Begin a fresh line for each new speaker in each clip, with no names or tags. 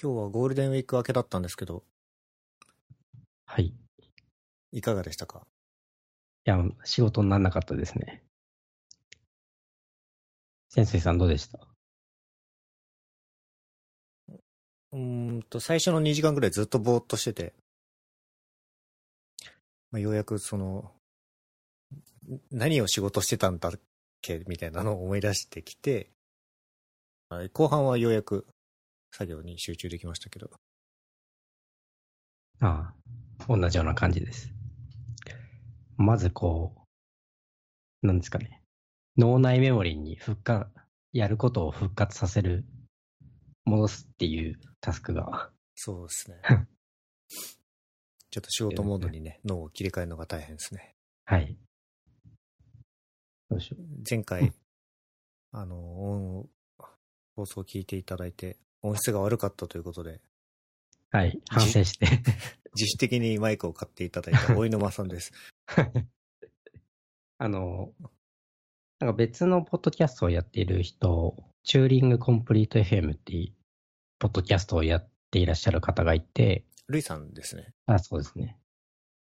今日はゴールデンウィーク明けだったんですけど、
はい。い
いかがでしたか
や、仕事にならなかったですね。潜水さんどうでした
うーんと、最初の2時間ぐらいずっとぼーっとしてて、まあ、ようやくその、何を仕事してたんだっけみたいなのを思い出してきて、はい後半はようやく作業に集中できましたけど、
ああ、同じような感じです。まずこう、なんですかね。脳内メモリーに復活、やることを復活させる、戻すっていうタスクが、
そうですね。ちょっと仕事モードにね、脳を切り替えるのが大変ですね。
はい。どうしよ
前
う
回
ん、
あの、音放送を聞いていただいて、音質が悪かったということで、
う。はい。反省して。
自主的にマイクを買っていただい た大井沼さんです。
あの、なんか別のポッドキャストをやっている人、チューリングコンプリート FM っていう、ポッドキャストをやっていらっしゃる方がいて、
ルイさんですね。
あ、そうですね。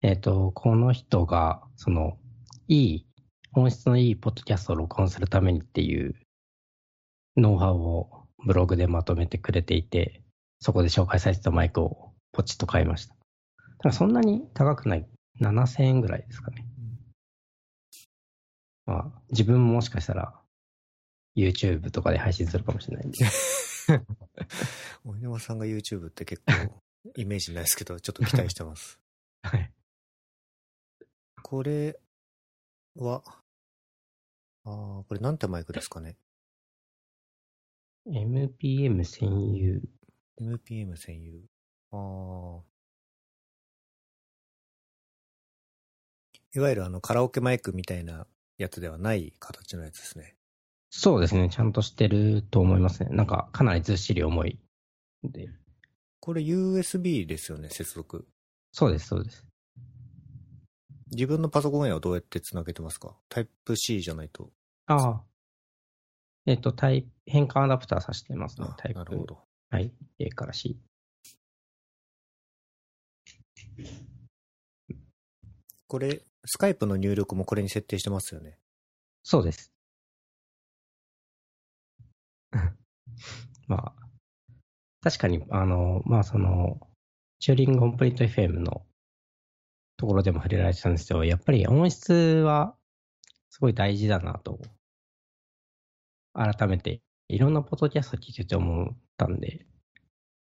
えっ、と、この人が、その、いい、音質のいいポッドキャストを録音するためにっていう、ノウハウをブログでまとめてくれていて、そこで紹介されてたマイクをポチッと買いました。だからそんなに高くない。7000円ぐらいですかね。まあ、自分ももしかしたら、YouTube とかで配信するかもしれないんで。
大井沼さんが YouTube って結構イメージないですけど、ちょっと期待して ます。
はい。
これは、あーこれなんてマイクですかね。
MPM 専用。
MPM 専用。ああ。いわゆるあのカラオケマイクみたいなやつではない形のやつですね。
そうですね。ちゃんとしてると思いますね。なんか、かなりずっしり重い。で、
これ USB ですよね、接続。
そうです、そうです。
自分のパソコンへはどうやってつなげてますかタイプ C じゃないと。
ああ。えっと、タイプ、変換アダプターさせてますね。
あ
タイプ。
なるほど。
はい。A から C。
これ、スカイプの入力もこれに設定してますよね。
そうです。 まあ、確かに、あの、まあその、チューリングコンプリート FM のところでも触れられてたんですけど、やっぱり音質はすごい大事だなと、改めて、いろんなポッドキャスト聞いてて思ったんで、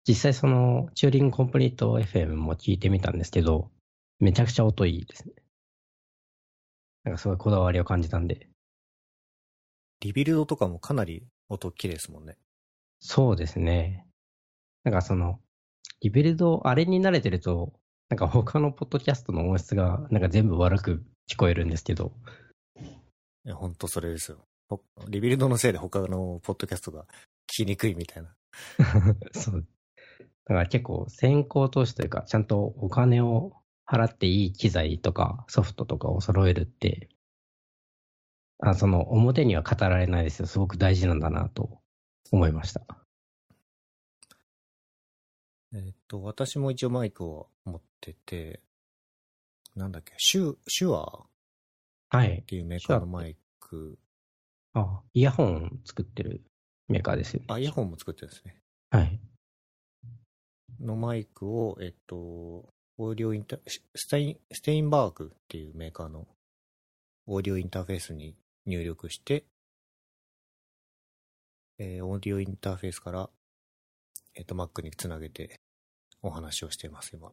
実際その、チューリングコンプリート FM も聞いてみたんですけど、めちゃくちゃ音いいですね。なんかすごいこだわりを感じたんで、
リビルドとかもかなり音綺麗ですもんね。
そうですね。なんかその、リビルド、あれに慣れてると、なんか他のポッドキャストの音質が、なんか全部悪く聞こえるんですけど、
いや、ほんとそれですよ。ほリビルドのせいで他のポッドキャストが聞きにくいみたいな。
そう。だから結構先行投資というか、ちゃんとお金を払っていい機材とかソフトとかを揃えるって、あその表には語られないですよ。すごく大事なんだなと思いました。
えっと、私も一応マイクを持ってて、なんだっけ、シュ、シュアーっ
はい。
ていうメーカーのマイク、
あ、イヤホン作ってるメーカーですよね。
あ、イヤホンも作ってるんですね。
はい。
のマイクを、えっと、オーディオインタ、スステイン、ステインバーグっていうメーカーのオーディオインターフェースに入力して、えーオーディオインターフェースから、えっと、Mac につなげてお話をしています、今。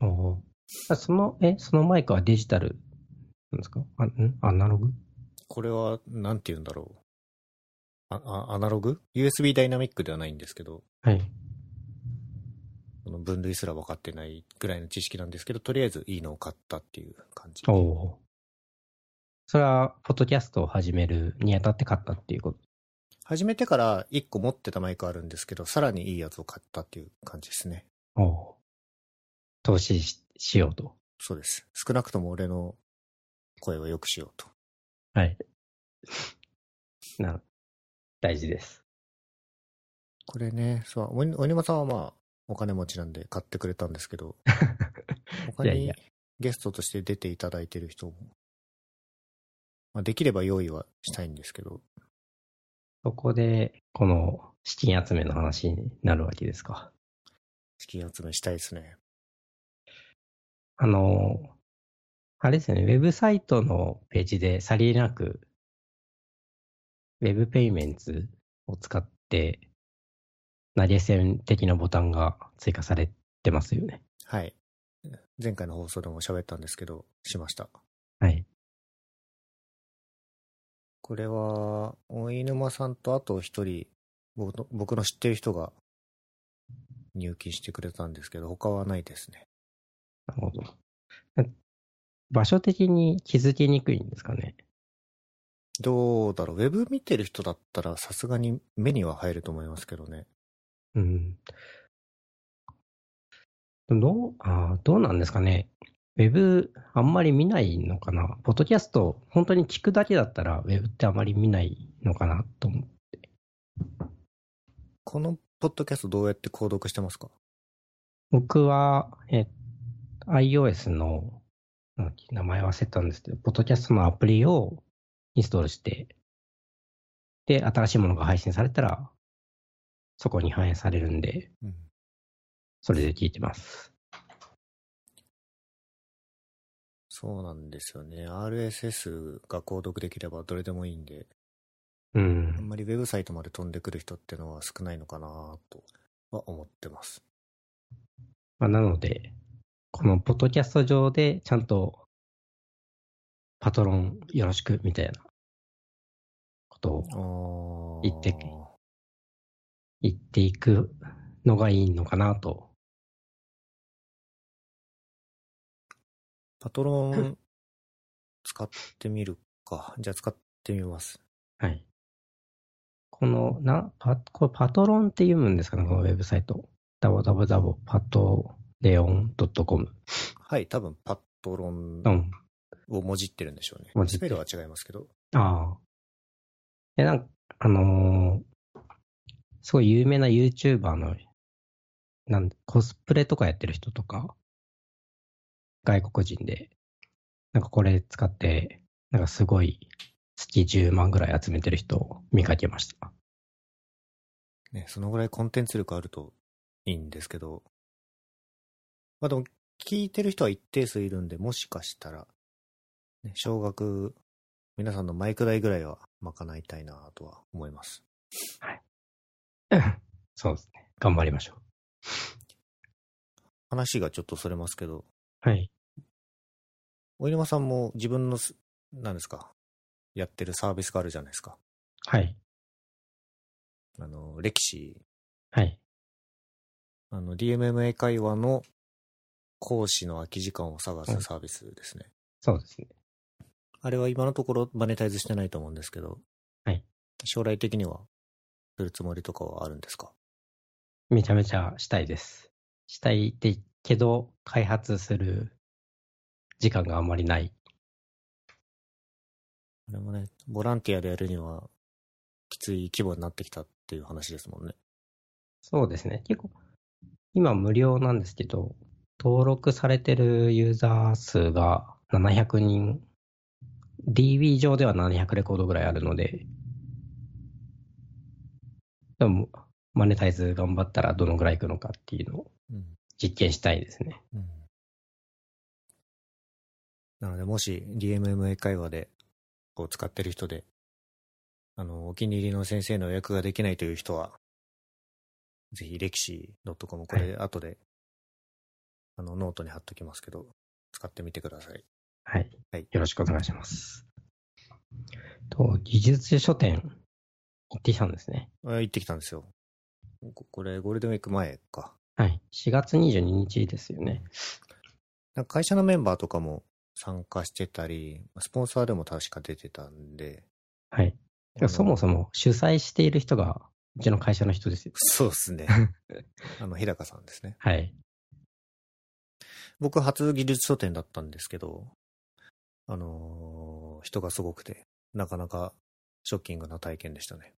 おお。あその、え、そのマイクはデジタルなんですかあ、んアナログ
これは、なんて言うんだろう。あ、あアナログ ?USB ダイナミックではないんですけど、
はい。
その分類すら分かってないぐらいの知識なんですけど、とりあえずいいのを買ったっていう感じ。
おお。それは、ポッドキャストを始めるにあたって買ったっていうこと。
始めてから1個持ってたマイクあるんですけど、さらにいいやつを買ったっていう感じですね。
おお。投資ししようと。
そうです。少なくとも俺の声を良くしようと。
はい。なる大事です。
これね、そう、おにおにまさんはまあ、お金持ちなんで買ってくれたんですけど、他
いやい
に
や
ゲストとして出ていただいてる人も、まあ、できれば用意はしたいんですけど、
そこで、この資金集めの話になるわけですか。
資金集めしたいですね。
あの、あれですよね、ウェブサイトのページでさりげなく、ウェブペイメンツを使って、投げ銭的なボタンが追加されてますよね。
はい。前回の放送でも喋ったんですけど、しました。
はい。
これは、おいぬまさんとあと一人、僕の僕の知ってる人が入金してくれたんですけど、他はないですね。
なるほど。場所的に気づきにくいんですかね。
どうだろう、ウェブ見てる人だったらさすがに目には入ると思いますけどね。
うん。どう、あーどうなんですかね。ウェブ、あんまり見ないのかな。ポッドキャスト、本当に聞くだけだったら、ウェブってあまり見ないのかなと思う。
このポッドキャストどうやって購読してますか
僕は、え、iOS の、なんだっけ名前忘れたんですけど、ポッドキャストのアプリをインストールして、で、新しいものが配信されたら、そこに反映されるんで、
うん。
それで聞いてます。
そうなんですよね。RSS が購読できればどれでもいいんで、
う
あん
ん。
まりウェブサイトまで飛んでくる人ってのは少ないのかなとは思ってます。
まあ、なので、このポッドキャスト上でちゃんとパトロンよろしくみたいなことを
あー
言って言っていくのがいいのかなと。
パトロン使ってみるか。じゃあ使ってみます。
はい。この、な、パ、これパトロンって読むんですかね、このウェブサイト。www パトレオン .com。
はい、多分パトロン
うん。
をもじってるんでしょうね。
もじっ
ス
て
ペ
る
ルは違いますけど。
ああ。え、なんか、あのーすごい有名な YouTuber の、なんコスプレとかやってる人とか、外国人で、なんかこれ使って、なんかすごい、月10万ぐらい集めてる人を見かけました。
ね、そのぐらいコンテンツ力あるといいんですけど。まあでも、聞いてる人は一定数いるんで、もしかしたら、ね、少額、皆さんのマイク代ぐらいは賄いたいなとは思います。
そうですね。頑張りましょ
話がちょっとそれますけど、
う。はい。
おいぬまさんも自分のす、なんですか、やってるサービスがあるじゃないですか。
はい。
あの、歴史、
はい。
あの、DMMA 会話の講師の空き時間を探
は
す
い
サービスですね。
そうですね。
あれは今のところマネタイズしてないと思うんですけど、
はい
将来的には、するつもりとかはあるんですか
めちゃめちゃしたいです。したいってけど、開発する時間があんまりない
あれもね、ボランティアでやるには、きつい規模になってきたっていう話ですもんね。
そうですね。結構、今無料なんですけど、登録されてるユーザー数が700人、DB 上では700レコードぐらいあるので、でも、マネタイズ頑張ったらどのぐらいいくのかっていうのを
うん。
実験したいですね。
うん。なので、もし DMMA 会話で、こう使ってる人で、あの、お気に入りの先生の予約ができないという人は、ぜひ、歴史 .com、これ、後で、あの、ノートに貼っときますけど、使ってみてください。
はい。
はい
よろしくお願いします。と、技術書店、行ってきたんですね。
あ行ってきたんですよ。ここれ、ゴールデンウィーク前か。
はい。4月22日ですよね。
なんか会社のメンバーとかも参加してたり、スポンサーでも確か出てたんで、
はい。
あの
そもそも主催している人が、うちの会社の人ですよ。
そうです ね。あの、日高さんですね。
はい。
僕、初技術書店だったんですけど、あのー人がすごくて、なかなかショッキングな体験でしたね。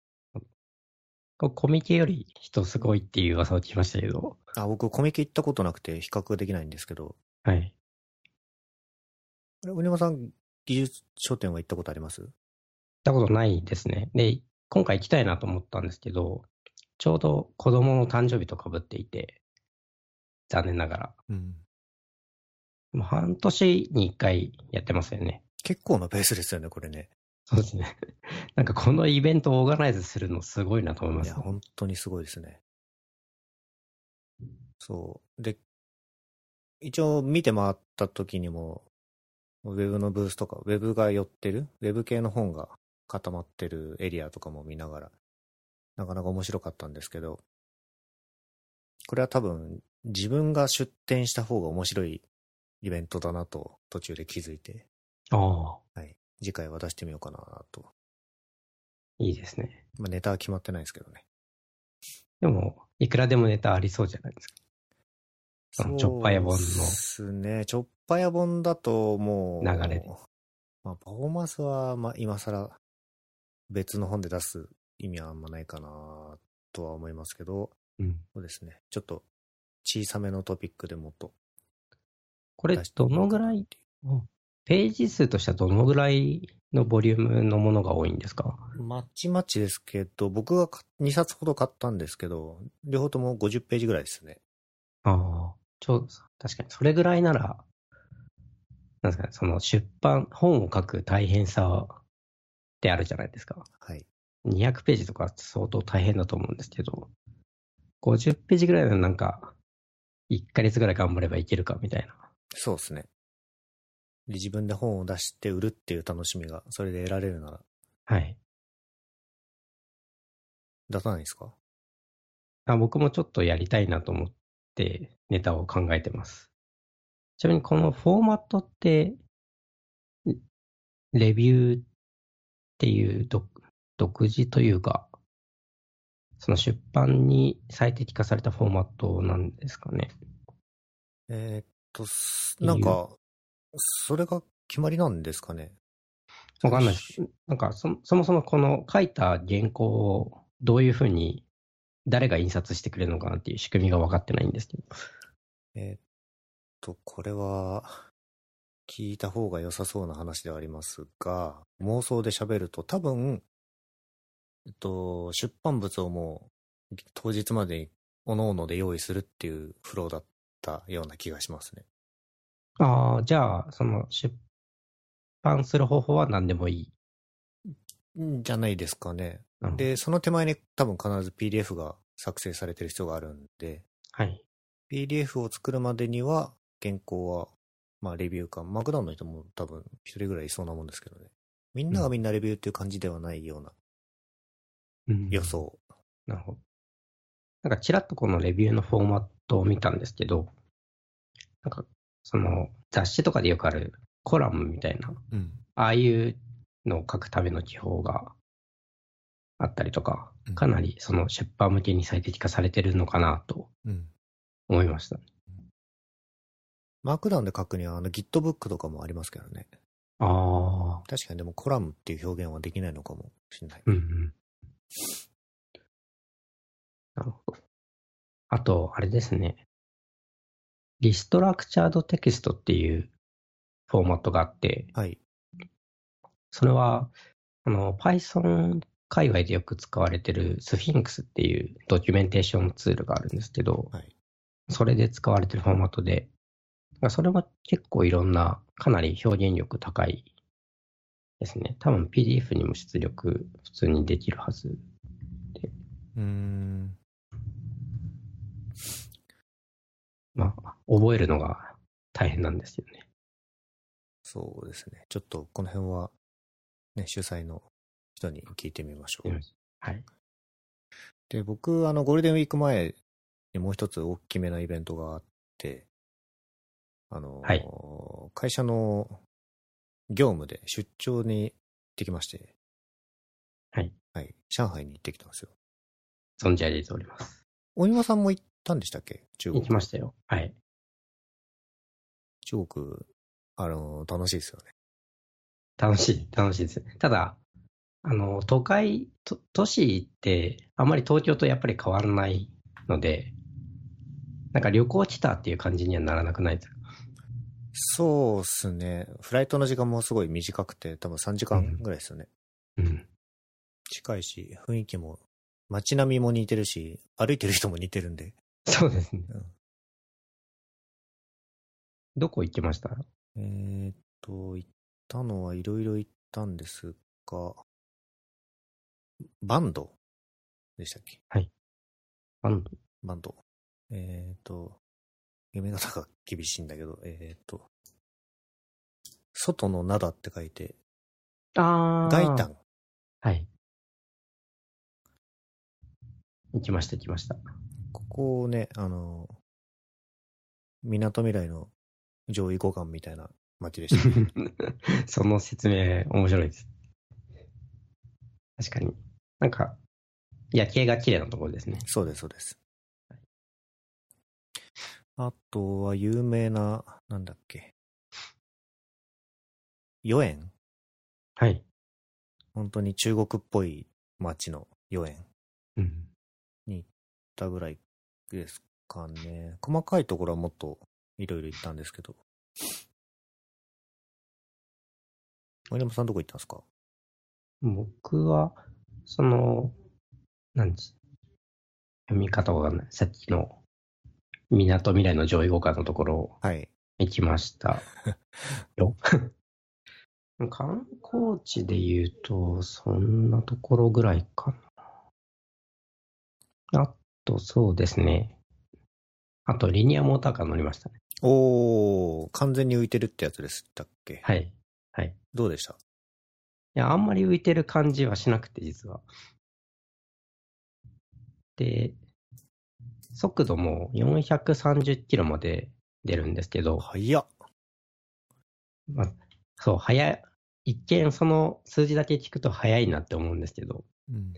こうコミケより人すごいっていう噂を聞きましたけど。
あ、僕、コミケ行ったことなくて比較できないんですけど、
はい。
あれ、うねまさん、技術書店は行ったことあります
行ったことないですね。で、今回行きたいなと思ったんですけど、ちょうど子供の誕生日とかぶっていて、残念ながら。
うん。
もう半年に1回やってますよね。
結構なペースですよね、これね。
そうですね。 なんかこのイベントをオーガナイズするのすごいなと思いま
い
す
や、。本当にすごいですね。そう。で、一応見て回った時にも、ウェブのブースとか、ウェブが寄ってる、ウェブ系の本が固まってるエリアとかも見ながら、なかなか面白かったんですけど、これは多分自分が出展した方が面白いイベントだなと途中で気づいて、
ああ、
次回は出してみようかなと。
いいですね。
まあ、ネタは決まってないですけどね。
でも、いくらでもネタありそうじゃないですか。そのチョッパヤ本の
そうですね。チョッパヤ本だともう。
流れで
まあ、パフォーマンスは、まあ、今更別の本で出す意味はあんまないかなとは思いますけど、
うん。
そうですね。ちょっと小さめのトピックでもっと。
これ、どのぐらい、ページ数としてはどのぐらいのボリュームのものが多いんですか
まちまちですけど、僕が2冊ほど買ったんですけど、両方とも50ページぐらいですね。
ああ、ちょうど、確かにそれぐらいなら、なんですかね、その出版、本を書く大変さってあるじゃないですか。
はい。
200ページとか相当大変だと思うんですけど、50ページぐらいのなんか、1ヶ月ぐらい頑張ればいけるかみたいな。
そうですね。で、自分で本を出して売るっていう楽しみが、それで得られるなら、
はい。
出さないですか
あ僕もちょっとやりたいなと思ってネタを考えてます。ちなみにこのフォーマットって、レレビューっていう独独自というか、その出版に最適化されたフォーマットなんですかね。
えーっと、す
いい
な
よ
んか、それが決まりなんですかね。
わかんないです。なんかそ、そもそもこの書いた原稿をどういうふうに誰が印刷してくれるのかなっていう仕組みが分かってないんですけど。
えーっと、これは、聞いた方が良さそうな話ではありますが、妄想で喋ると多分、えっと、出版物をもう、当日までに、各々で用意するっていうフローだったような気がしますね。
ああ、じゃあ、その出版する方法は何でもいい。
んじゃないですかね。
なるほど
で、その手前に多分必ず PDF が作成されてる必要があるんで、
はい。
PDF を作るまでには、原稿は、まあ、レビューか、マクダウンの人も多分一人ぐらいいそうなもんですけどね。みんながみんなレビューっていう感じではないような
うん
予。想。
なるほど。なんか、ちらっとこのレビューのフォーマットを見たんですけど、なんか、その雑誌とかでよくあるコラムみたいな、
うん。
ああいうのを書くための記法があったりとか
うん、
かなりその出版向けに最適化されてるのかなと
うん。
思いました。
マークダウンで書くには、あの、GitBook とかもありますけどね。
ああ、
確かにでもコラムっていう表現はできないのかもしれない。
うんうん。なるほど。あと、あれですね。リストラクチャードテキストっていうフォーマットがあって、
はい。
それは、あの、Python 界隈でよく使われてる Sphinx っていうドキュメンテーションツールがあるんですけど、
はい
それで使われてるフォーマットで、まあそれは結構いろんな、かなり表現力高いですね。多分 PDF にも出力普通にできるはず。
うーん。
まあ、覚えるのが大変なんですよね。
そうですね。ちょっとこの辺は、ね、主催の人に聞いてみましょう。
はい。
で、僕、あの、ゴールデンウィーク前にもう一つ大きめなイベントがあって、あの、
はい
会社の業務で出張に行ってきまして、
はい。
はい、上海に行ってきたんですよ。
存じ上げております。
大岩さんも行ったんでしたっけ中
行
国。
きましたよ。はい。
中国、あの、楽しいですよね。
楽しい、楽しいです。ただ、あの、都会、と都市って、あんまり東京とやっぱり変わらないので、なんか旅行来たっていう感じにはならなくないですか
そうっすね。フライトの時間もすごい短くて、多分3時間ぐらいですよね。
うん。
近いし、雰囲気も、街並みも似てるし、歩いてる人も似てるんで。
そうですね
うん。
どこ行きました
えーっと、行ったのはいろいろ行ったんですが、バンドでしたっけ
あの
バンド。えーっと、読み方が厳しいんだけど、えーっと、外の灘って書いて、
あー
外炭。
はい。行きました、行きました。
ここをね、あの、港未来の上位互換みたいな街でしたね。
その説明、面白いです。確かに。なんか、夜景が綺麗なところですね。
そうです、そうです。あとは有名な、なんだっけ。豫園
はい。
本当に中国っぽい街の豫園
うん。
だぐらいですかね。細かいところはもっといろいろ行ったんですけど。森山さんどこ行ったんですか
僕は、その、なんです。読み方わかんない。さっきの、港未来の上位互換のところ
はい。
行きました。よ。観光地で言うと、そんなところぐらいかな。あと、そうですね。あと、リニアモーターカー乗りましたね。
おー、完全に浮いてるってやつでしたっけ
はい。い
どうでした
や、あんまり浮いてる感じはしなくて、実は。で、速度も430キロまで出るんですけど、
早っ。
まあ、そう、早い、一見その数字だけ聞くと早いなって思うんですけど、
うん。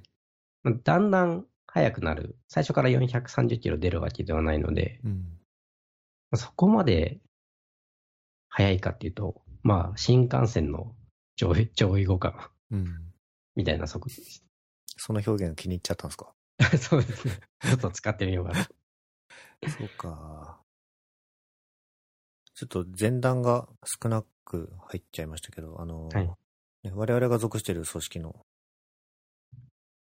まあだんだん速くなる。最初から430キロ出るわけではないので、
うん。
まあそこまで速いかっていうと、まあ、新幹線の上位、上位互換
うん。
みたいな速度でし
その表現気に入っちゃったんですか
た。 そうですね。ちょっと使ってみようかな。
そうか。ちょっと前段が少なく入っちゃいましたけど、あの、
はい
ね我々が属している組織の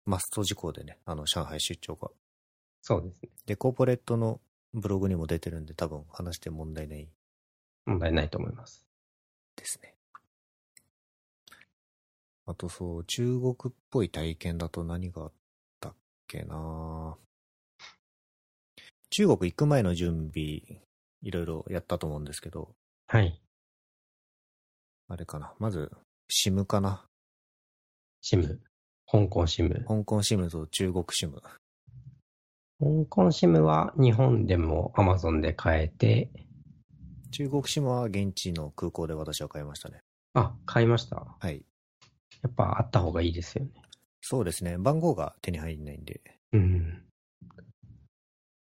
マスト事項でね、あの、上海出張が。
そうですね。
で、コーポレートのブログにも出てるんで、多分話して問題ない
問題ないと思います。
ですね。あとそう、中国っぽい体験だと何があったっけな中国行く前の準備、いろいろやったと思うんですけど、
はい。
あれかな。まず、シムかな。
シム。香港シム。
香港シムと中国シム。
香港シムは日本でも Amazon で買えて、
中国シムは現地の空港で私は買いましたね。
あ、買いました。
はい。
やっぱあった方がいいですよね。
そうですね。番号が手に入んないんで。
うん。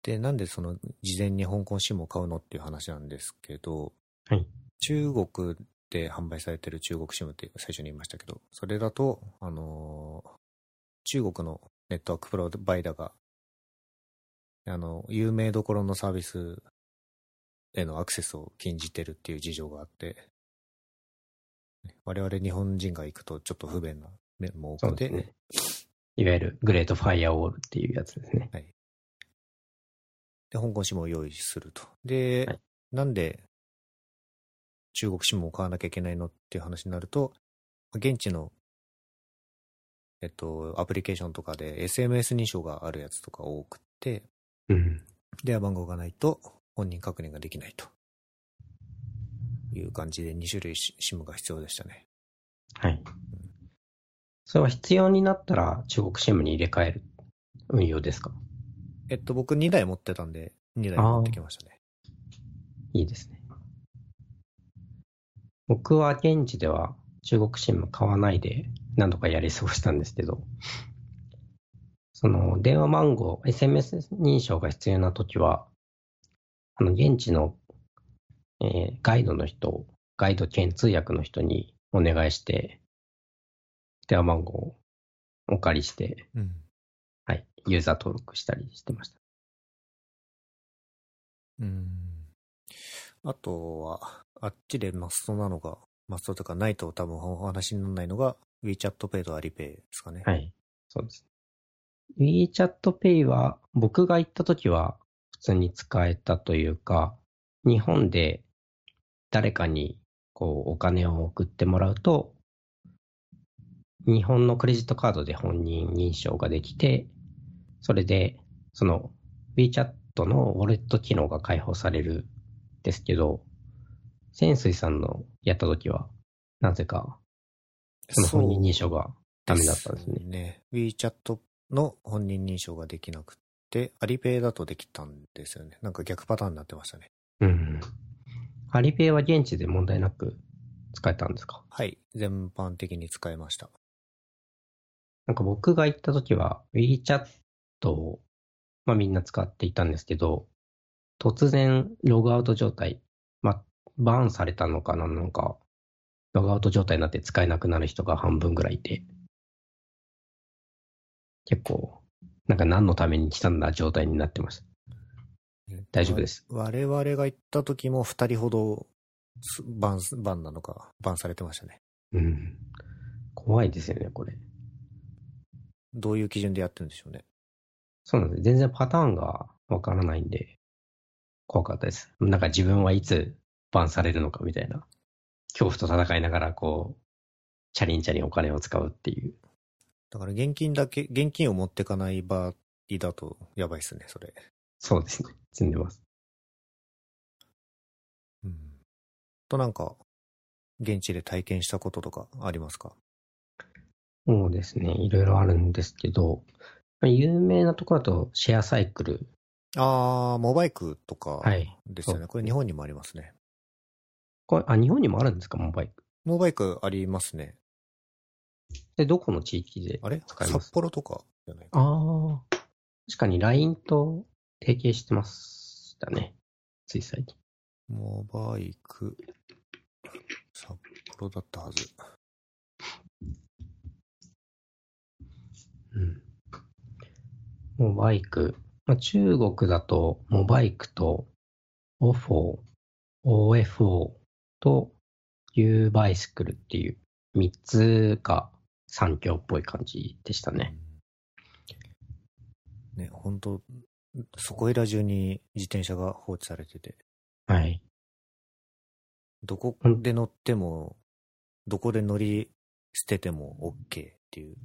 で、なんでその、事前に香港シムを買うのっていう話なんですけど、
はい
中国で販売されてる中国シムって最初に言いましたけど、それだと、あのー中国のネットワークプロバイダーが、あの、有名どころのサービスへのアクセスを禁じてるっていう事情があって、我々日本人が行くとちょっと不便な面も多
そう
くて、
ですね。いわゆるグレートファイアウォールっていうやつですね。
で、香港 SIM を用意すると。で、
はい
なんで中国 SIM を買わなきゃいけないのっていう話になると、現地の、えっと、アプリケーションとかで SMS 認証があるやつとか多くて、
うん。
電話番号がないと本人確認ができないと。いう感じで2種類 SIM が必要でしたね。
はい。それは必要になったら中国シムに入れ替える運用ですか
えっと、僕2台持ってたんで、2台持ってきましたね。
いいですね。僕は現地では中国シム買わないで何度かやり過ごしたんですけど、その電話番号、SMS 認証が必要な時は、あの現地の、えーガイドの人、ガイド兼通訳の人にお願いして、電話番号をお借りして、
うん。
はい、ユーザー登録したりしてました。
うん。あとは、あっちでマストなのが、マストとかないと多分お話にならないのが、WeChat Pay と Alipay ですかね。
はい。そうです。WeChat Pay は、僕が行った時は、普通に使えたというか、日本で誰かに、こう、お金を送ってもらうと、日本のクレジットカードで本人認証ができて、それで、その WeChat のウォレット機能が開放されるんですけど、潜水さんのやった時は、なぜか、その本人認証がダメだったんですね。
ね。WeChat の本人認証ができなくて、Alipay だとできたんですよね。なんか逆パターンになってましたね。
うん。アリペイは現地で問題なく使えたんですか
はい。全般的に使えました。
なんか僕が行った時は WeChat を、まあ、みんな使っていたんですけど、突然ログアウト状態、まあ、バーンされたのかななんか、ログアウト状態になって使えなくなる人が半分ぐらいいて、結構、なんか何のために来たんだ状態になってました。大丈夫です。
我々が行った時も2人ほど、すバン、バンなのか、バンされてましたね。
うん。怖いですよね、これ。
どういう基準でやってるんでしょうね。
そうなんです。全然パターンがわからないんで、怖かったです。なんか自分はいつバンされるのかみたいな。恐怖と戦いながら、こう、チャリンチャリンお金を使うっていう。
だから現金だけ、現金を持ってかない場合だとやばいっすね、それ。
そうですね。積んでます。
うん。となんか、現地で体験したこととかありますか
そうですね。いろいろあるんですけど、まあ有名なところだとシェアサイクル。
あー、モバイクとか
はい。
ですよね。
そう
これ日本にもありますね。
これ、あ、日本にもあるんですかモバイク。
モバイクありますね。
で、どこの地域で
あれ
使います
札幌とかじゃないか。
ああ。確かに LINE と提携してましたね。つい最近。
モバイク、札幌だったはず。
うんモバイク。まあ、中国だと、モバイクと、オフォー、OFO と、ユーバイスクルっていう、三つが三強っぽい感じでしたね。
ね、本当そこいら中に自転車が放置されてて、
はい。
どこで乗っても、どこで乗り捨てても OK っていう、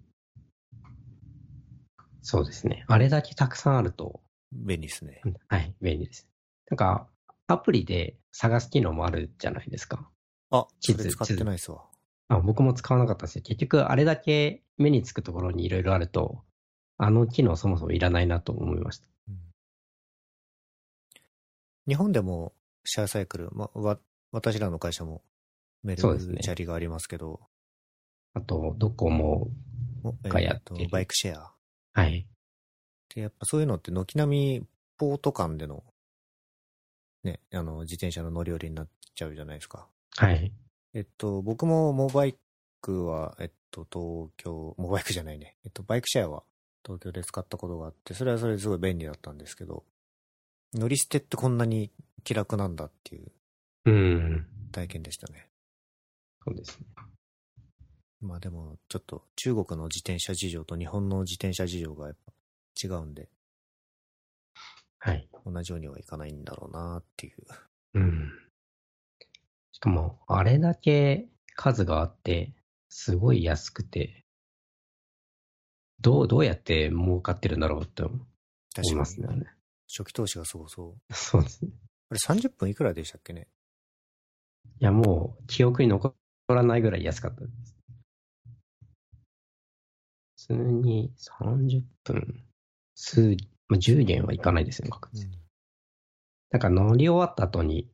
そうですね。あれだけたくさんあると、
便利ですね。
はい、便利です。なんか、アプリで探す機能もあるじゃないですか。
あ、
地
そ
図
れ使ってないっすわ。
あ僕も使わなかったんですよ。結局、あれだけ目につくところにいろいろあると、あの機能そもそもいらないなと思いました。
日本でもシェアサイクル、ま、わ私らの会社もメル
そうですね
チャリがありますけど、
あと、ドコモ。
おえ
がや
ー
っ
と
てる
バイクシェア。
はい。
で、やっぱそういうのって軒並みポート間での、ね、あの、自転車の乗り降りになっちゃうじゃないですか。
はい。
えっと、僕もモバイクは、えっと、東京、モバイクじゃないね。えっと、バイクシェアは東京で使ったことがあって、それはそれですごい便利だったんですけど、乗り捨てってこんなに気楽なんだっていう
うん。
体験でしたね。
そうですね。
まあでも、ちょっと中国の自転車事情と日本の自転車事情がやっぱ違うんで、
はい。
同じようにはいかないんだろうなっていう。
うん。しかも、あれだけ数があって、すごい安くて、どう、どうやって儲かってるんだろうって思
確
い
か
ます
に
ね。。あれ
初期投資がすごそう。
そうですね。
あれ30分いくらでしたっけね
いや、もう、記憶に残らないぐらい安かったです。普通に30分、数、まあ、10元はいかないですね、確実になんか乗り終わった後に、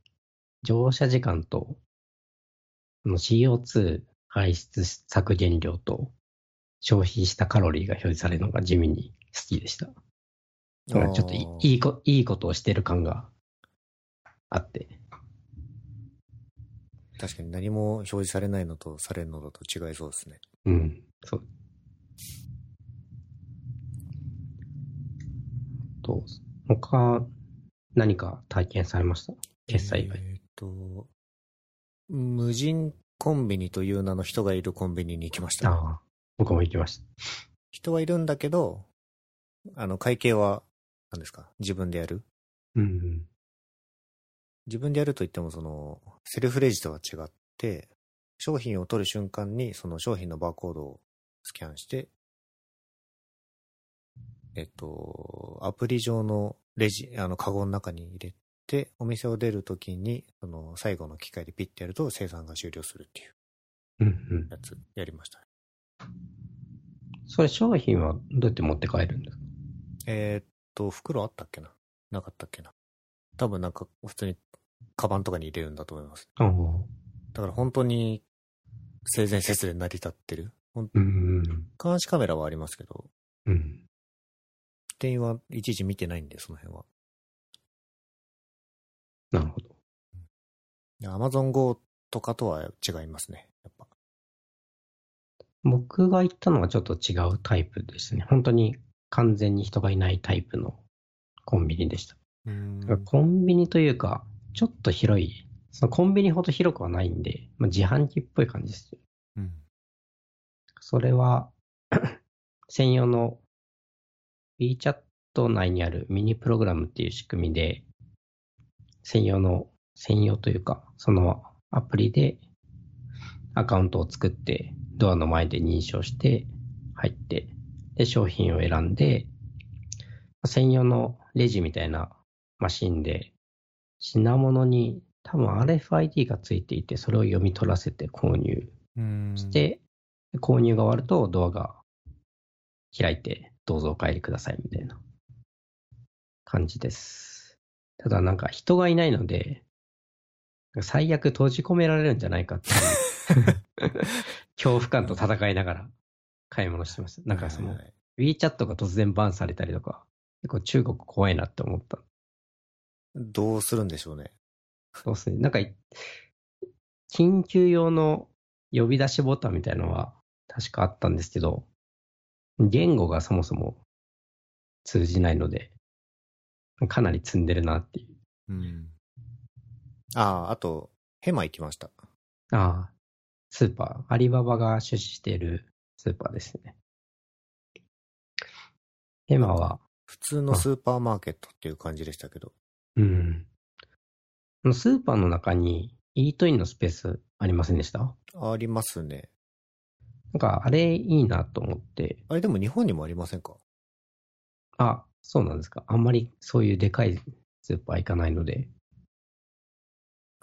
乗車時間と、あの CO2 排出削減量と、消費したカロリーが表示されるのが地味に好きでした。だからちょっとい
あー
いいいこいいことをしてる感があって。
確かに何も表示されないのとされるのだと違いそうですね。
うん。そう。と、他、何か体験されました決済以外。
えーっと、無人コンビニという名の人がいるコンビニに行きました。
ああ、僕も行きました。
人はいるんだけど、あの、会計は、何ですか自分でやる
うん。
自分でやるといっても、その、セルフレジとは違って、商品を取る瞬間に、その商品のバーコードをスキャンして、えっと、アプリ上のレジ、あの、カゴの中に入れて、お店を出るときに、その、最後の機械でピッてやると生産が終了するっていう
うんうん。
やつ、やりましたね。
それ商品はどうやって持って帰るんですか
えーっと、袋あったっけななかったっけな多分なんか、普通に、カバンとかに入れるんだと思います。
ああ。うん
だから本当に、生前節で成り立ってる。ほん
うん
監視カメラはありますけど、
うん。うん。
店員はいちいち見てないんで、その辺は。
なるほど。
アマゾン GO とかとは違いますね、やっぱ。
僕が行ったのはちょっと違うタイプですね。本当に完全に人がいないタイプのコンビニでした。
うん
コンビニというか、ちょっと広い、そのコンビニほど広くはないんで、まあ、自販機っぽい感じです。それは、 専用の WeChat 内にあるミニプログラムっていう仕組みで、専用の、専用というか、そのアプリでアカウントを作って、ドアの前で認証して入って、で、商品を選んで、専用のレジみたいなマシンで、品物に多分 RFID がついていて、それを読み取らせて購入
うん
し、て、購入が終わるとドアが開いて、どうぞお帰りくださいみたいな感じです。ただなんか人がいないので、最悪閉じ込められるんじゃないかっていう 恐怖感と戦いながら買い物してました。なんかそ
は
の
いはいはい
WeChat が突然バンされたりとか、結構中国怖いなって思った。
どうするんでしょうね。
そうですね。なんかい、緊急用の呼び出しボタンみたいのは確かあったんですけど、言語がそもそも通じないので、かなり積んでるなっていう。
うん。ああ、あと、ヘマ行きました。
ああ、スーパー。アリババが出資しているスーパーですね。ヘマは、
普通のスーパーマーケットっていう感じでしたけど。
うん。あのスーパーの中にイートインのスペースありませんでした
ありますね。
なんか、あれいいなと思って、
あれでも日本にもありませんか
あ、そうなんですか。あんまりそういうでかいスーパー行かないので。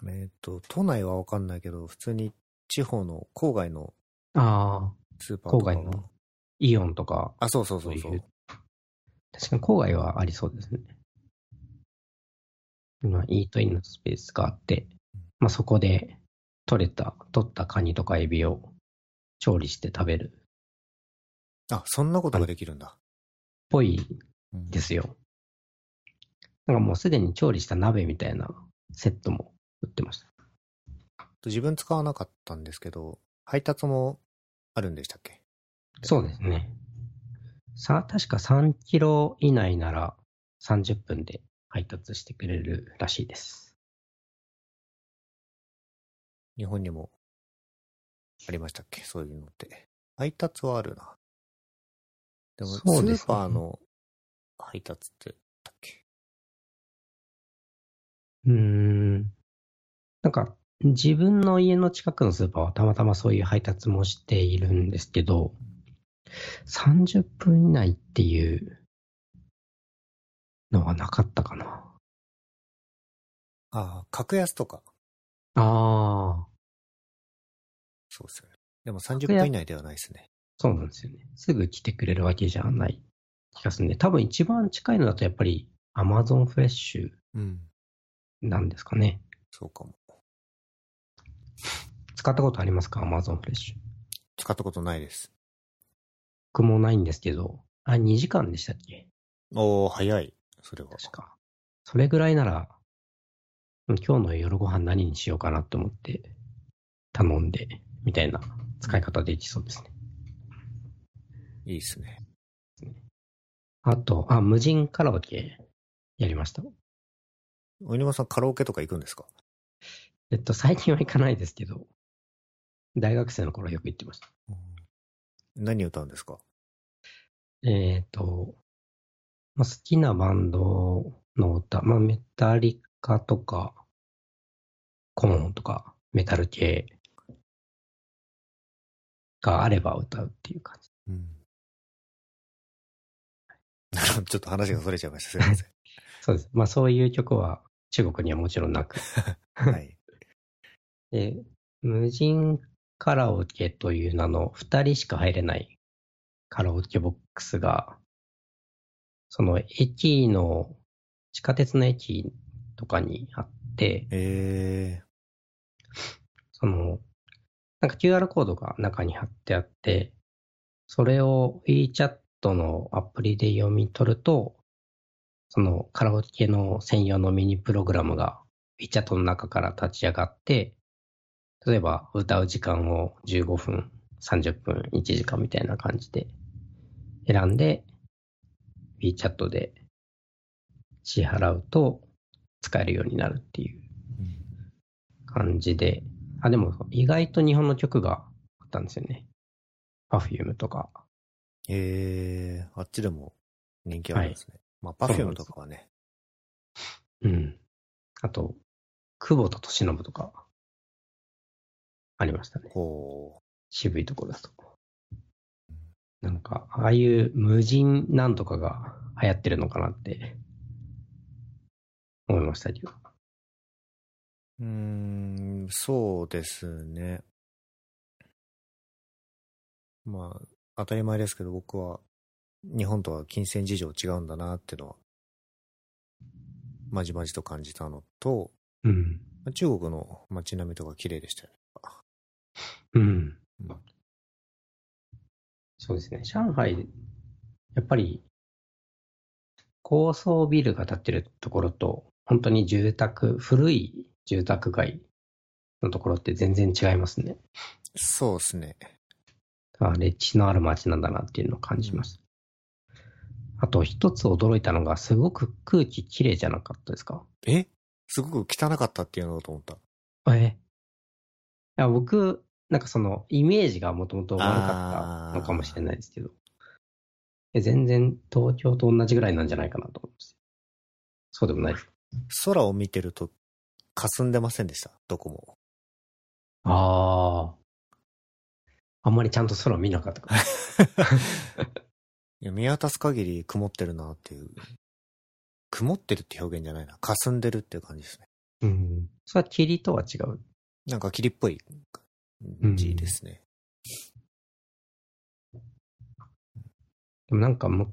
えっと、都内はわかんないけど、普通に地方の郊外の
ああ、
スーパーとかは
郊外のイオンとか、
あ、そうそうそうそ
そうういう。確かに郊外はありそうですね。今、イートインのスペースがあって、まあ、そこで取れた、取ったカニとかエビを調理して食べるっ
あ、そんなことができるんだ。
ぽい
うん
ですよ。なんかもうすでに調理した鍋みたいなセットも売ってました。
自分使わなかったんですけど、配達もあるんでしたっけ
そうですね。さ、確か3キロ以内なら30分で配達してくれるらしいです。
日本にもありましたっけそういうのって。配達はあるな。でも、ス
そうです
ー
ね
パーの配達ってだっけ
うーん。なんか、自分の家の近くのスーパーはたまたまそういう配達もしているんですけど、30分以内っていうのはなかったかな。
ああ、格安とか。
ああ、
そうですよね。でも30分以内ではないですね。
そうなんですよね。すぐ来てくれるわけじゃない気がするんで、多分一番近いのだとやっぱり Amazon フレッシュ
うん。
なんですかね。
そうかも。
使ったことありますか ?Amazon フレッシュ。
使ったことないです。
僕もないんですけど、あ、2時間でしたっけ
おー、早い。それは。
確か。それぐらいなら、今日の夜ご飯何にしようかなと思って、頼んで、みたいな使い方できそうですね。
いいですね。
あと、あ、無人カラオケやりました。
お犬さんカラオケとか行くんですか
えっと、最近は行かないですけど、大学生の頃よく行ってました。
何歌うんですか
えっ、と、まあ、好きなバンドの歌、まあ、メタリカとか、コーンとか、メタル系があれば歌うっていう感じ。
うん。なるほど ちょっと話がそれちゃいました。すいません。
そうです。まあ、そういう曲は中国にはもちろんなく。
はい。
で、無人カラオケという名の2人しか入れないカラオケボックスが、その駅の、地下鉄の駅とかにあって、
え
その、なんか QR コードが中に貼ってあって、それを WeChat のアプリで読み取ると、そのカラオケの専用のミニプログラムが WeChat の中から立ち上がって、例えば歌う時間を15分、30分、1時間みたいな感じで選んで、WeChat で支払うと使えるようになるっていう感じで。あ、でも意外と日本の曲があったんですよね。Perfume とか。
ー、えー、あっちでも人気あるんですね。まあ、パ
そう
フュー
な
ム
んです
とかはね。
うん。あと、久保田利伸とか。ありましたね。
こ
渋いところだと。なんか、ああいう無人なんとかが流行ってるのかなって思いましたけど。
う、うーん、そうですね。まあ、当たり前ですけど、僕は日本とは金銭事情違うんだなってのは、まじまじと感じたのと、
うん。
まあ中国の街並みとか綺麗でしたよね。
うん
うん。
そうですね。上海、やっぱり、高層ビルが建ってるところと、本当に住宅、古い住宅街のところって全然違いますね。
そうですね。
あ歴史のある街なんだなっていうのを感じました。あと一つ驚いたのが、すごく空気きれいじゃなかったですか
えすごく汚かったっていうのだと思った。
えいや僕、なんかその、イメージがもともと悪かったのかもしれないですけど、え全然東京と同じぐらいなんじゃないかなと思います。そうでもないですか
空を見てると、霞んでませんでした、どこも。
ああ。あんまりちゃんと空見なかったから。
いや見渡す限り曇ってるなっていう。曇ってるって表現じゃないな。霞んでるっていう感じですね。
うん。それは霧とは違う。
なんか霧っぽい
うん
字ですね。
でもなんかも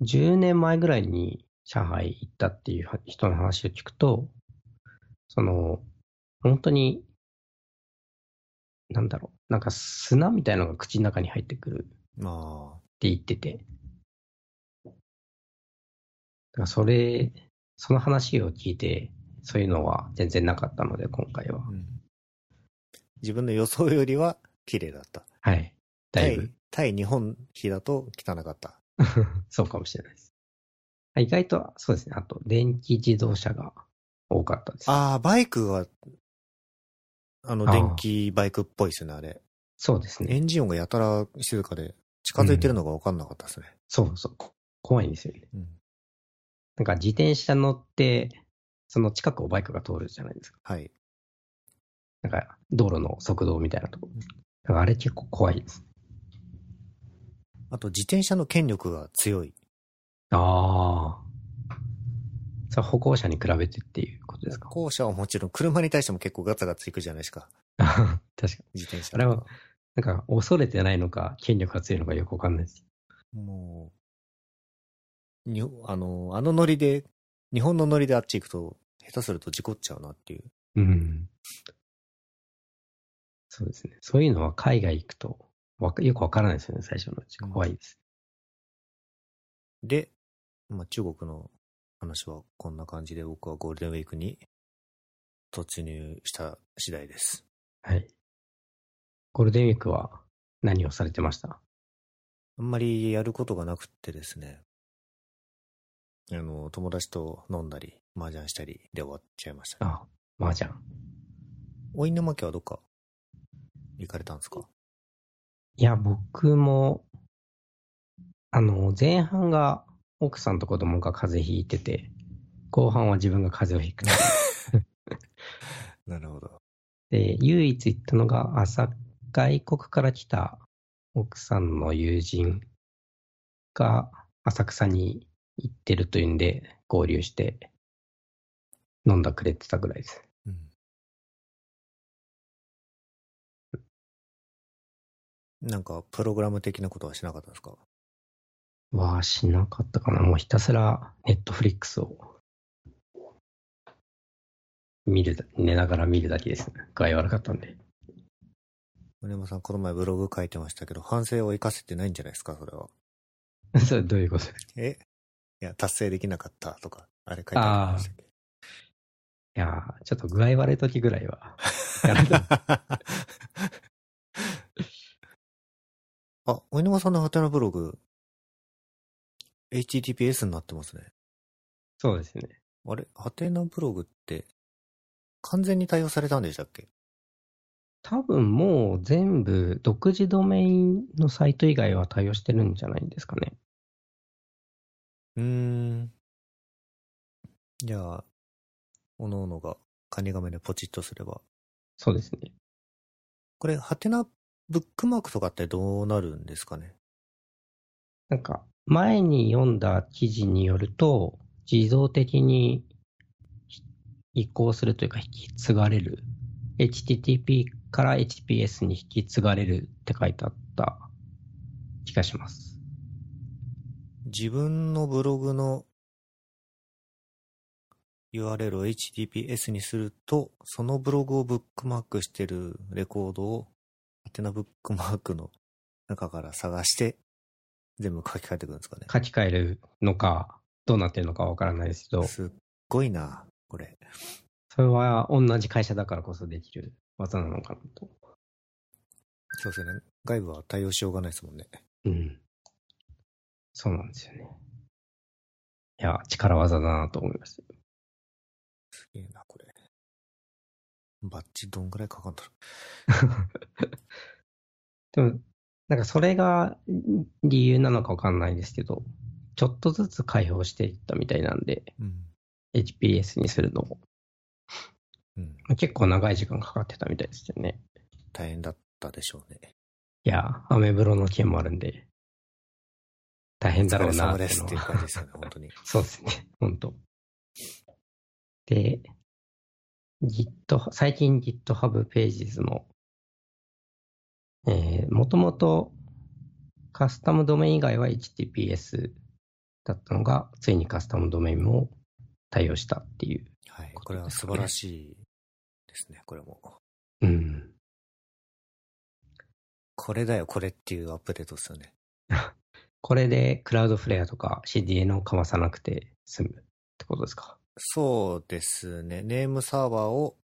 う、10年前ぐらいに上海行ったっていう人の話を聞くと、その、本当に、なんだろう、なんか砂みたいなのが口の中に入ってくる
まあ、
って言ってて。だからそれ、その話を聞いて、そういうのは全然なかったので、今回は。
自分の予想よりは綺麗だった。
はい。だいぶ。
対対日本比だと汚かった。
そうかもしれないです。あ意外と、そうですね。あと、電気自動車が多かったです。
ああ、バイクは、あの、
あー
電気バイクっぽいですね、あれ。
そうです
エ
ね。
ンジン音がやたら静かで、近づいてるのが分かんなかったですね。
そうそう。こ怖いんですよね。
うん
なんか自転車乗って、その近くをバイクが通るじゃないですか。
はい。
なんか道路の速度みたいなところ。なんかあれ結構怖いです。
あと、自転車の権力が強い。
ああ。それは歩行者に比べてっていうことですか
歩行者はもちろん、車に対しても結構ガツガツいくじゃないですか。
あ 確かに。
自転車。
あれは。なんか恐れてないのか、権力が強いのかよくわかんないです。
もう、にあの、あのノリで、日本のノリであっち行くと、下手すると事故っちゃうなっていう。
うん。そうですね。そういうのは海外行くとわかよくわからないですよね、最初のうち。
うん
怖いです。
で、まあ、中国の話はこんな感じで、僕はゴールデンウィークに突入した次第です。
はい。ゴールデンウィークは何をされてました
あんまりやることがなくってですね。あの、友達と飲んだり、麻雀したりで終わっちゃいました、ね。
あ、麻雀。
お犬負けはどっか行かれたんですか
いや、僕も、あの、前半が奥さんと子供が風邪ひいてて、後半は自分が風邪をひく。
なるほど。
で、唯一行ったのが朝、外国から来た奥さんの友人が浅草に行ってるというんで、合流して飲んだくれてたぐらいです。
うん。なんか、プログラム的なことはしなかったんですか
わあ、しなかったかな。もうひたすらネットフリックスを見るだ、寝ながら見るだけです。具合悪かったんで。
森山さん、この前ブログ書いてましたけど、反省を生かせてないんじゃないですか、それは。
それどういうこと
えいや、達成できなかったとか、あれ書いてありましたっけ
いやー、ちょっと具合悪い時ぐらいは、やらない
あ、お沼さんのハテナブログ、https になってますね。
そうですね。
あれハテナブログって、完全に対応されたんでしたっけ
多分もう全部、独自ドメインのサイト以外は対応してるんじゃないんですかね。
うーん。じゃあ、おのおのがカニガメでポチッとすれば。
そうですね。
これ、ハテナブックマークとかってどうなるんですかね
なんか、前に読んだ記事によると、自動的にひ移行するというか引き継がれる。HTTP から HTTPS に引き継がれるって書いてあった気がします。
自分のブログの URL を HTTPS にすると、そのブログをブックマークしてるレコードを、ハテナブックマークの中から探して、全部書き換えてくるんですかね。
書き換えるのか、どうなってるのかわからないですけど、
すっごいな、これ。
それは同じ会社だからこそできる技なのかなと。
そうですよね。外部は対応しようがないですもんね。
うん。そうなんですよね。いや、力技だなと思いました。
すげえな、これ。バッチどんぐらいかかんだろ
でも、なんかそれがん理由なのかわかんないですけど、ちょっとずつ解放していったみたいなんで、
う。うん。
HPS にするのも
うん。
結構長い時間かかってたみたいですよね。
大変だったでしょうね。
いや、アメブロの件もあるんで、大変だろう
お
な
疲れ様ですっ
っていうの
ていう
は
感じですよね、本当に。
そうですね、 本当。で、Git、最近 GitHub Pages も、えー、もともとカスタムドメイン以外は HTTPS だったのが、ついにカスタムドメインも対応したっていう。
はい。これは素晴らしいですね、これも。
うん。
これだよ、これっていうアップデートですよね。
これでクラウドフレアとか CDN をかわさなくて済むってことですか。
そうですね。ネームサーバーを、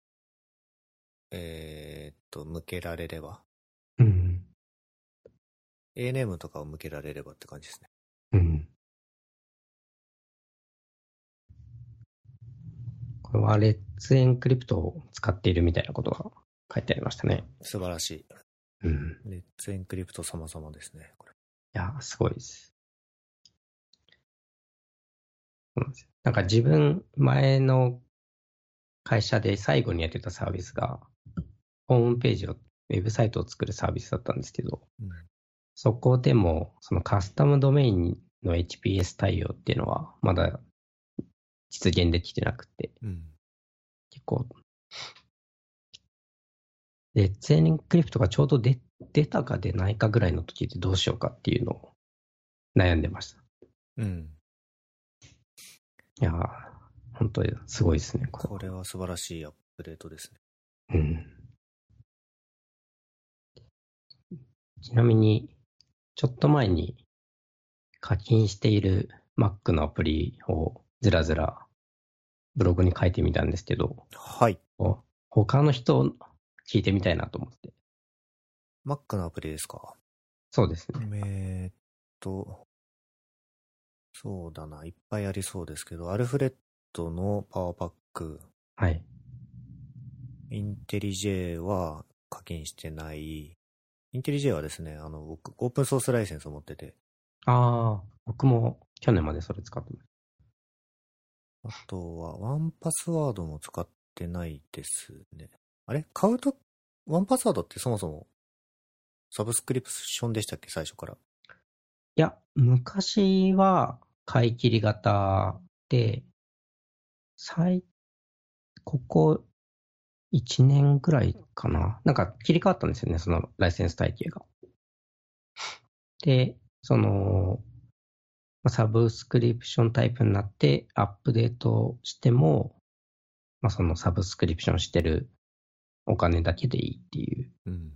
えーっと、向けられれば。
うん。
A ネームとかを向けられればって感じですね。
うん。これはレッツエンクリプトを使っているみたいなことが書いてありましたね。
素晴らしい。
うん。
レッツエンクリプト様々ですね、これ。
いや、すごいです。そうなんですよなんか自分、前の会社で最後にやってたサービスが、ホームページを、ウェブサイトを作るサービスだったんですけど、
うん
そこでも、そのカスタムドメインの HPS 対応っていうのは、まだ実現できてなくて、
うん。
結構、レッツエンクリプトがちょうど出出たか出ないかぐらいの時でどうしようかっていうのを悩んでました。
うん。
いやー、本当にすごいですね、こ
これは素晴らしいアップデートですね。
れ。うん。ちなみに、ちょっと前に課金している Mac のアプリをずらずらブログに書いてみたんですけど、
はい。
お他の人を聞いてみたいなと思って。
Mac のアプリですか。
そうですね。
えーっと、そうだな、いっぱいありそうですけど、アルフレッドのパワーパック、
はい。
インテリ J は課金してない。インテリ J はですね、あの、僕、オープンソースライセンスを持ってて、
ああ、僕も去年までそれ使ってま
あとは、ワンパスワードも使ってないですね。あれ買うと、ワンパスワードってそもそも、サブスクリプションでしたっけ最初から。
いや、昔は買い切り型で、最、ここ1年ぐらいかな。なんか切り替わったんですよね、そのライセンス体系が。で、その、まあサブスクリプションタイプになってアップデートしても、まあ、そのサブスクリプションしてるお金だけでいいっていう
うん。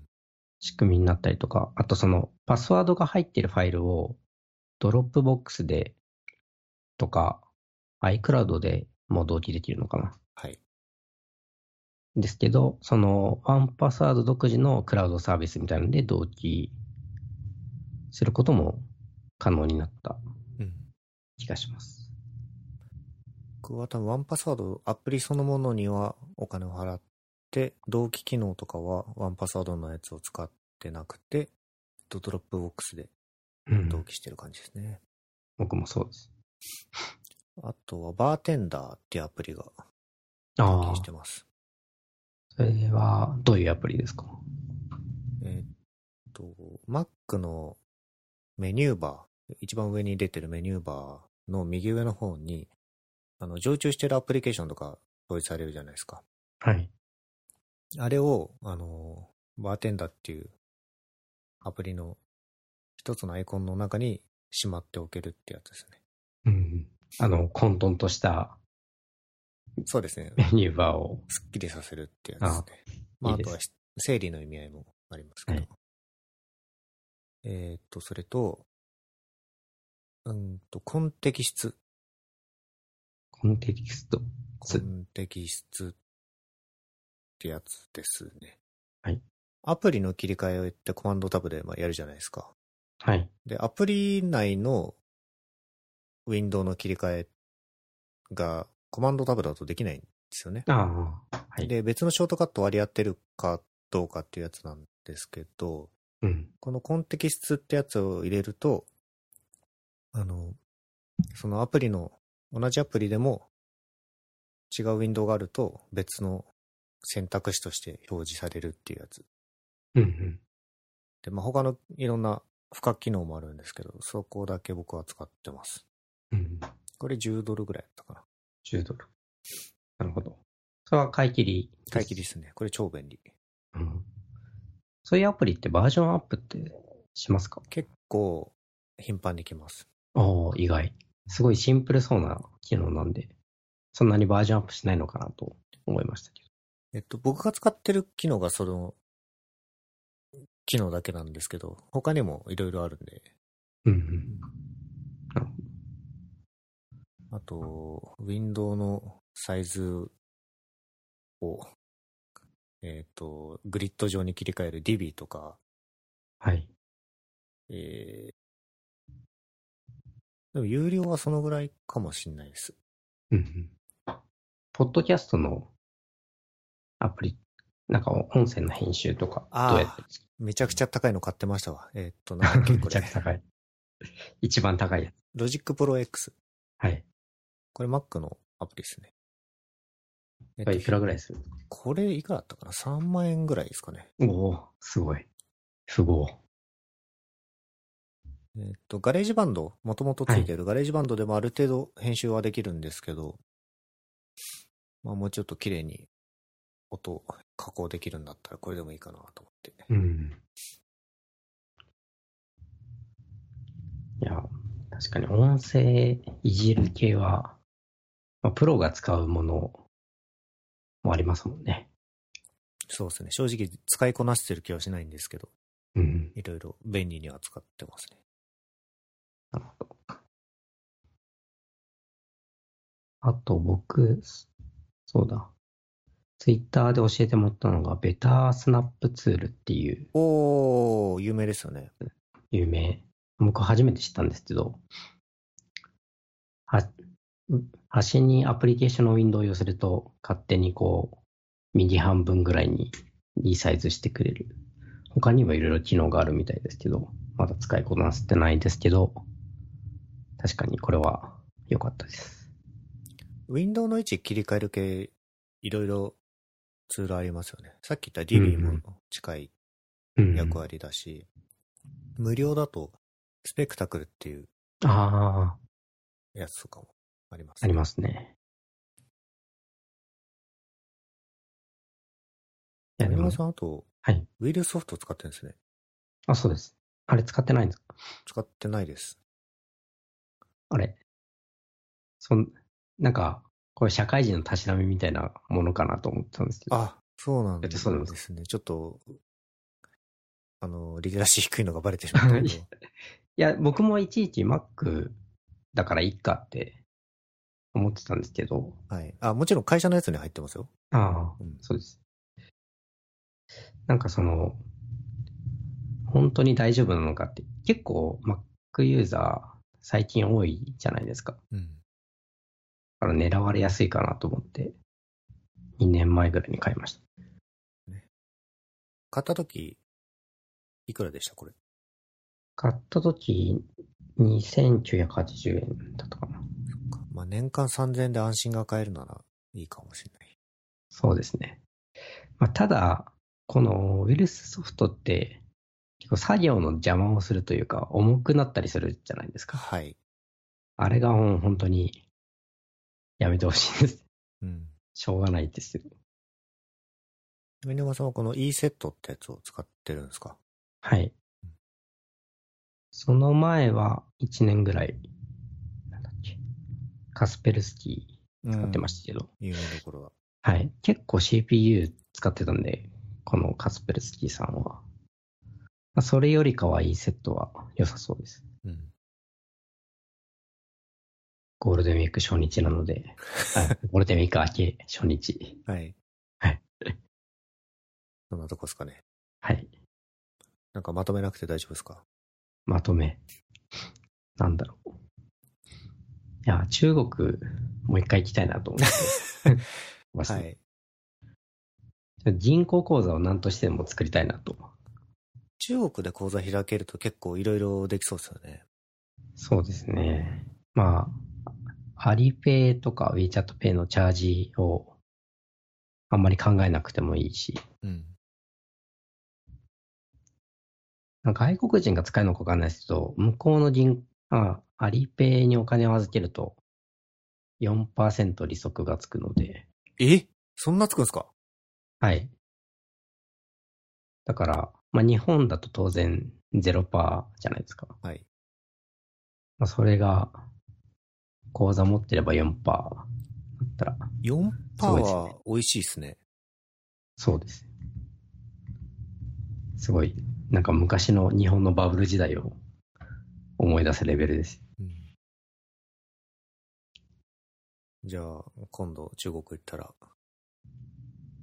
仕組みになったりとか、あとそのパスワードが入ってるファイルをドロップボックスでとか iCloud でもう同期できるのかな。
はい。
ですけど、そのワンパスワード独自のクラウドサービスみたいなので同期することも可能になった
うん。
気がします。
僕は多分ワンパスワード、アプリそのものにはお金を払って、同期機能とかはワンパスワードのやつを使ってなくて、ドドロップボックスで
うん
同期してる感じですね。
僕もそうです。
あとは、バーテンダーっていうアプリが同
ああ
期し、てます。
それはどういうアプリですか
えーっと、Mac のメニューバー、一番上に出てるメニューバーの右上の方に、あの、常駐してるアプリケーションとか表示されるじゃないですか。
はい。
あれを、あの、バーテンダーっていうアプリの一つのアイコンの中にしまっておけるってやつですね。
うん。あの、混沌とした
そうです ね。
メニューバーを。
すっきりさせるってやつですね。まあ、
いい
あ
で
と
す
はし整理の意味合いもありますけど。
はい
えーっと、それと、うんと、コンテキスト。
コンテキスト。
コンテキストってやつですね。
はい。
アプリの切り替えを言ってコマンドタブでまあやるじゃないですか。
はい。
で、アプリ内のウィンドウの切り替えがコマンドタブだとできないんですよね。
ああ、はい。
で、別のショートカット割り当てるかどうかっていうやつなんですけど、
うん。
このコンテキストってやつを入れると、あの、そのアプリの、同じアプリでも違うウィンドウがあると別の選択肢として表示されるっていうやつ。
うんうん。
で、まあ、他のいろんな付加機能もあるんですけど、そこだけ僕は使ってます。
うん。
これ10ドルぐらいだったかな。
10ドル。なるほど。それは買い切り。
買い切りですね。これ超便利。
うん。そういうアプリってバージョンアップってしますか
結構頻繁に来ます。
おお意外。すごいシンプルそうな機能なんで、そんなにバージョンアップしないのかなと思いましたけ
えっと、僕が使ってる機能がその、機能だけなんですけど、他にもいろいろあるんで、
ど。うんうん。
あと、ウィンドウのサイズを、えっ、と、グリッド上に切り替える DB とか、
はい。
えーでも有料はそのぐらいかもしんないです。
うんうん。ポッドキャストのアプリ、なんか音声の編集とか、どうやってですか
めちゃくちゃ高いの買ってましたわ。えっ、と、なんだっけ
め
こ
ちゃ
れ
く。ちゃ高い。一番高いやつ。
ロジックプロ X。
はい。
これ Mac のアプリですね。えっと
いくらぐらいする
これいくらだったかな ?3 万円ぐらいですかね。
おおすごい。富豪。
えっと、ガレージバンド、もともとついてるガレージバンドでもある程度編集はできるんですけど、まあもうちょっと綺麗に音を加工できるんだったらこれでもいいかなと思って。
うん。いや、確かに音声いじる系は、まあ、プロが使うものもありますもんね。
そうですね。正直使いこなしてる気はしないんですけど、
うん。
いろいろ便利には使ってますね。
なるほど。あと僕、そうだ。ツイッターで教えてもらったのが、ベタースナップツールっていう
おー、有名ですよね。
有名僕初めて知ったんですけど、は、う端にアプリケーションのウィンドウを寄せると、勝手にこう、右半分ぐらいにリサイズしてくれる。他にもいろいろ機能があるみたいですけど、まだ使いこなせてないですけど、確かにこれは良かったです。
ウィンドウの位置切り替える系、いろいろツールありますよね。さっき言った DB
うんう
も
ん
近い
うん。
役割だし、無料だと、スペクタクルっていう
ああ、
やつとかもあります、。
ありますすね。いや、
山
でも
村、さん、あと、
はい
ウィルソフト使ってるんですね。
あ、そうです。あれ使ってないんですか
使ってないです。
あれ。そん、なんか、これ社会人のたしなみみたいなものかなと思ってたんですけど。
あ、そうなん
だ
で
ってそうなんです
ね。ちょっと、あの、リテラシー低いのがバレてしまったけ
い
ど
や、いや、僕もいちいち Mac だからいっかって思ってたんですけど。
はい。あ、もちろん会社のやつに入ってますよ。
ああ、
うん
そうです。なんかその、本当に大丈夫なのかって、結構 Mac ユーザー最近多いじゃないですか。
うん。
だから狙われやすいかなと思って、2年前ぐらいに買いました。
買った時、いくらでしたこれ。
買った時、2980円だったかな。
まあ、年間3000円で安心が買えるならいいかもしれない。
そうですね。まあ、ただ、このウイルスソフトって、結構作業の邪魔をするというか、重くなったりするじゃないですか。
はい。
あれがもう本当に、やめてほしいです。
うん。
しょうがないですよ。
上沼さんはこの E セットってやつを使ってるんですか
はい。その前は1年ぐらい、なんだっけ、カスペルスキー使ってま
し
したけど、
た。有名どころは。
はい。結構 CPU 使ってたんで、このカスペルスキーさんは。まあ、それよりかはいいセットは良さそうです。
うん。
ゴールデンウィーク初日な ので、あゴールデンウィーク明け初日。
はい。
はい。
そんなとこですかね。
はい。
なんかまとめなくて大丈夫ですか
まとめ。なんだろう。いや、中国、もう一回行きたいなと 思ってます。
はい。
銀行口座を何としても作りたいなと。
中国で講座開けると結構いろいろできそうですよね。
そうですね。まあ、アリペイとか WeChat ペイのチャージをあんまり考えなくてもいいし、
うん。
外国人が使えるのかわかんないですけど、向こうの銀、あ、アリペイにお金を預けると4%利息がつくので、
えそんなつくんですか
はい。だから、まあ日本だと当然0%じゃないですか。
はい。
まあそれが、口座持ってれば4%だったら、
4%
そうです
は
ね
美味しいですね。
そうです。すごい、なんか昔の日本のバブル時代を思い出すレベルです。
うん。じゃあ、今度中国行ったら、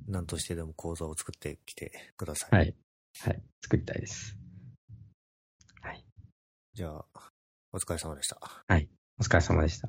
何としてでも講座を作ってきてください。
はい。はい。作りたいです。はい。
じゃあ、お疲れ様でした。
お疲れ様でした。